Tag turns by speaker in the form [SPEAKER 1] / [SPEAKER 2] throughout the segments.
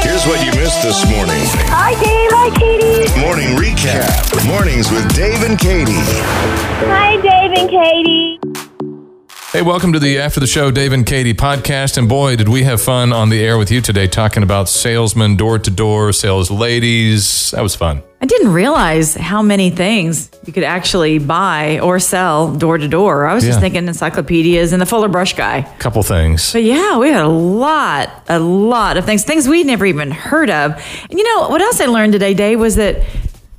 [SPEAKER 1] Here's what you missed this morning.
[SPEAKER 2] Hi, Dave. Hi, Katie.
[SPEAKER 1] Morning recap. Mornings with Dave and Katie.
[SPEAKER 2] Hi, Dave and Katie.
[SPEAKER 3] Hey, welcome to the After the Show Dave and Katie podcast. And boy, did we have fun on the air with you today talking about salesmen, door to door, sales ladies. That was fun.
[SPEAKER 4] I didn't realize how many things you could actually buy or sell door to door. I was just
[SPEAKER 3] Yeah.
[SPEAKER 4] thinking encyclopedias and the Fuller Brush guy.
[SPEAKER 3] Couple things.
[SPEAKER 4] But yeah, we had a lot, a lot of things, things we'd never even heard of. And you know what else I learned today, Dave, was that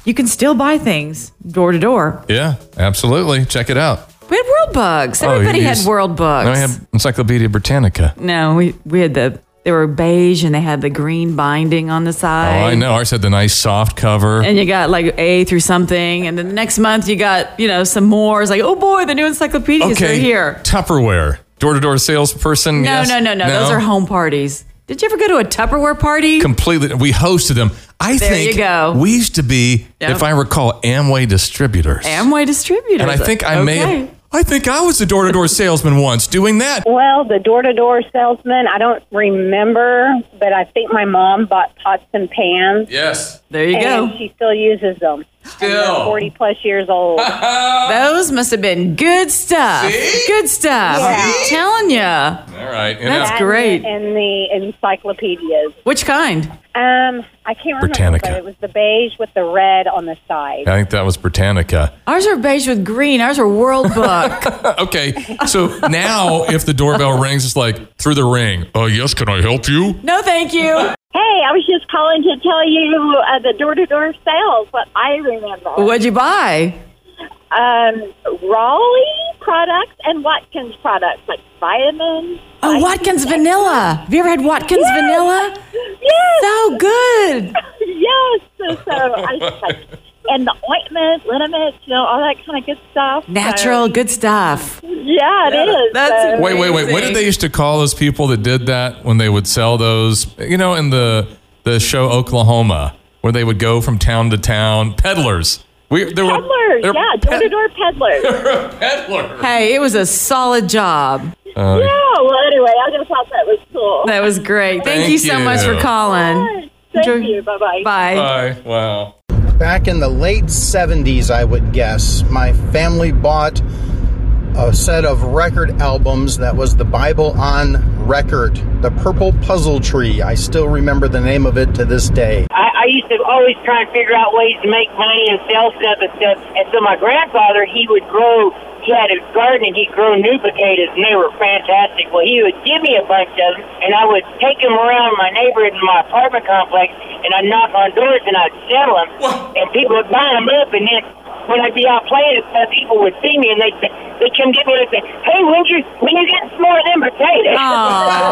[SPEAKER 4] you can still buy things door to door.
[SPEAKER 3] Yeah, absolutely. Check it out.
[SPEAKER 4] We had World Books.
[SPEAKER 3] Oh,
[SPEAKER 4] Everybody
[SPEAKER 3] you
[SPEAKER 4] had
[SPEAKER 3] just-
[SPEAKER 4] World Books.
[SPEAKER 3] Then we have Encyclopedia Britannica. Oh,
[SPEAKER 4] No, we we had the they were beige and they had the green binding on the
[SPEAKER 3] Oh,
[SPEAKER 4] side.
[SPEAKER 3] I know. Ours had the nice soft cover.
[SPEAKER 4] And you got like A through something, and then the next month you got you know some more. It's like oh boy, the new encyclopedias are here.
[SPEAKER 3] Tupperware. Door to door salesperson.
[SPEAKER 4] No,
[SPEAKER 3] yes?
[SPEAKER 4] no, no, no, Those are home parties. Did you ever go to a Tupperware party?
[SPEAKER 3] Completely. We hosted them. I
[SPEAKER 4] There you
[SPEAKER 3] think
[SPEAKER 4] go.
[SPEAKER 3] we used to be,
[SPEAKER 4] Yep.
[SPEAKER 3] if I recall, Amway distributors.
[SPEAKER 4] Amway distributors.
[SPEAKER 3] And I think I may
[SPEAKER 4] Okay.
[SPEAKER 3] have, I think I was a door to door salesman once doing that.
[SPEAKER 5] Well, the door to door salesman, I don't remember, but I think my mom bought pots and pans.
[SPEAKER 3] Yes.
[SPEAKER 4] There you
[SPEAKER 5] and
[SPEAKER 4] go.
[SPEAKER 5] she still uses them. And they're
[SPEAKER 3] Still.
[SPEAKER 5] 40 plus years old.
[SPEAKER 4] Those must have been good stuff.
[SPEAKER 3] See?
[SPEAKER 4] Good stuff. I'm telling you.
[SPEAKER 3] All right. And
[SPEAKER 4] That's
[SPEAKER 5] And-
[SPEAKER 3] now-
[SPEAKER 4] great.
[SPEAKER 5] And the encyclopedias.
[SPEAKER 4] Which kind?
[SPEAKER 5] Um, I can't remember,
[SPEAKER 3] Britannica.
[SPEAKER 5] but it was the beige with the red on the side.
[SPEAKER 3] I think that was Britannica.
[SPEAKER 4] Ours are beige with green. Ours are World Book.
[SPEAKER 3] Uh, Okay. So now if the doorbell rings, it's like through the ring. Oh, yes. Can I help you?
[SPEAKER 4] no, thank you.
[SPEAKER 5] Hey, I was just calling to tell you uh, the door to door sales, what I remember.
[SPEAKER 4] What'd you buy?
[SPEAKER 5] Um, Raleigh products and Watkins products, like vitamins.
[SPEAKER 4] Oh, Watkins vanilla. Have you ever had Watkins
[SPEAKER 5] Yes.
[SPEAKER 4] vanilla?
[SPEAKER 5] Yes.
[SPEAKER 4] So good.
[SPEAKER 5] Yes. So, so I was like, and the ointment, liniments, you know, all that kind of good stuff. So,
[SPEAKER 4] Natural, good stuff.
[SPEAKER 5] yeah, it is.
[SPEAKER 4] that's
[SPEAKER 5] So-
[SPEAKER 3] Wait, wait, wait. What did they used to call those people that did that when they would sell those? You know, in the the show Oklahoma, where they would go from town to town, peddlers. We there were
[SPEAKER 5] peddlers.
[SPEAKER 3] there were
[SPEAKER 5] yeah, door to door peddlers.
[SPEAKER 3] peddlers.
[SPEAKER 4] Hey, it was a solid job.
[SPEAKER 5] yeah. Well, anyway, I just thought that was cool.
[SPEAKER 4] That was great. Thank,
[SPEAKER 3] Thank
[SPEAKER 4] you so
[SPEAKER 3] you.
[SPEAKER 4] much for calling.
[SPEAKER 5] Thank
[SPEAKER 4] Enjoy-
[SPEAKER 5] you. Bye bye.
[SPEAKER 4] Bye.
[SPEAKER 3] Bye. Wow.
[SPEAKER 6] back in the late 70s, I would guess, my family bought a set of record albums that was the Bible on record, The Purple Puzzle Tree. I still remember the name of it to this day.
[SPEAKER 7] I, I used to always try and figure out ways to make money and sell stuff and stuff. And so my grandfather, he would grow. He had a garden and he'd grow new potatoes, and they were fantastic. Well, he would give me a bunch of them, and I would take them around my neighborhood in my apartment complex, and I'd knock on doors and I'd sell them, and people would buy them up, and then. When I'd be out playing and stuff, people would see me and they'd, they'd come get me and they'd say, Hey, when you, when you get some more of them potatoes?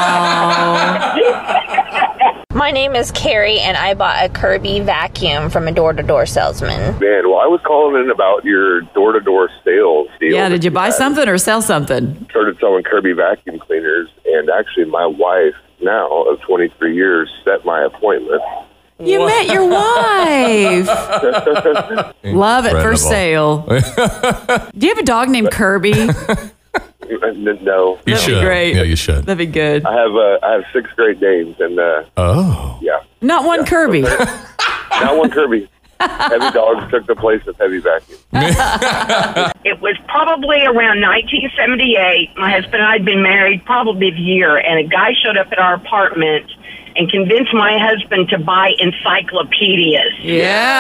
[SPEAKER 4] Aw.
[SPEAKER 8] My name is Carrie, and I bought a Kirby vacuum from a door to door salesman.
[SPEAKER 9] Man, well, I was calling in about your door to door sales deal.
[SPEAKER 4] yeah, did you buy
[SPEAKER 9] some?
[SPEAKER 4] something or sell something?
[SPEAKER 9] Started selling Kirby vacuum cleaners, and actually, my wife now of 23 years set my appointment.
[SPEAKER 4] You met your wife. Love at first sale. Do you have a dog named Kirby? That'd
[SPEAKER 9] N- n- No,
[SPEAKER 3] You
[SPEAKER 4] That'd be
[SPEAKER 3] should.
[SPEAKER 4] great.
[SPEAKER 3] Yeah, you should.
[SPEAKER 4] be good.
[SPEAKER 9] I have uh, I have six great names, and uh,
[SPEAKER 3] Oh.
[SPEAKER 9] yeah,
[SPEAKER 4] Not one Kirby.
[SPEAKER 9] not one Kirby. Heavy dogs took the place of heavy vacuum.
[SPEAKER 7] It was probably around 1978. My husband and I had been married probably a year, and a guy showed up at our apartment and convinced my husband to buy encyclopedias.
[SPEAKER 4] Yeah.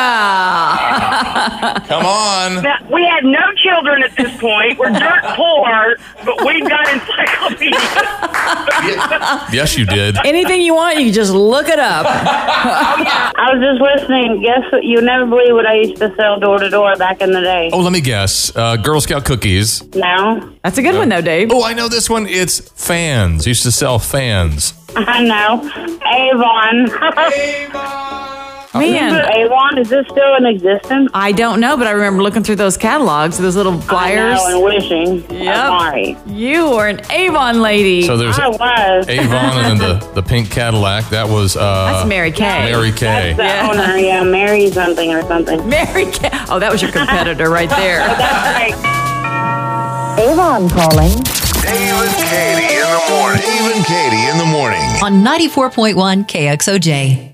[SPEAKER 3] Come on.
[SPEAKER 7] Now, we had no children at this point. We're dirt poor, but we've got encyclopedias.
[SPEAKER 3] Yes, you did.
[SPEAKER 4] Anything you want, you can just look it up.
[SPEAKER 10] I was just listening. Guess what? You'll never believe what I used to sell door to door back in the day.
[SPEAKER 3] Oh, let me guess. Uh, Girl Scout cookies.
[SPEAKER 10] No,
[SPEAKER 4] That's a good one, though, Dave.
[SPEAKER 3] Oh, I know this one. It's fans. Used to sell fans.
[SPEAKER 10] I know. Avon.
[SPEAKER 4] Oh. Man.
[SPEAKER 10] Avon, is this still in existence?
[SPEAKER 4] I don't know, but I remember looking through those catalogs, those little flyers.
[SPEAKER 10] I know, and wishing.
[SPEAKER 4] Yep.
[SPEAKER 10] I'm sorry.
[SPEAKER 4] You were an Avon lady.
[SPEAKER 3] So there's
[SPEAKER 10] I was.
[SPEAKER 3] Avon and then the, the pink Cadillac. That was uh,
[SPEAKER 4] That's Mary Kay.
[SPEAKER 3] Mary Kay.
[SPEAKER 10] The
[SPEAKER 4] Yeah.
[SPEAKER 10] owner, yeah, Mary something or something.
[SPEAKER 4] Mary Kay. Oh, that was your competitor right there.
[SPEAKER 9] Dave and Katie in the
[SPEAKER 1] Dave
[SPEAKER 9] morning.
[SPEAKER 1] and Katie in the morning.
[SPEAKER 10] on 94.1 KXOJ.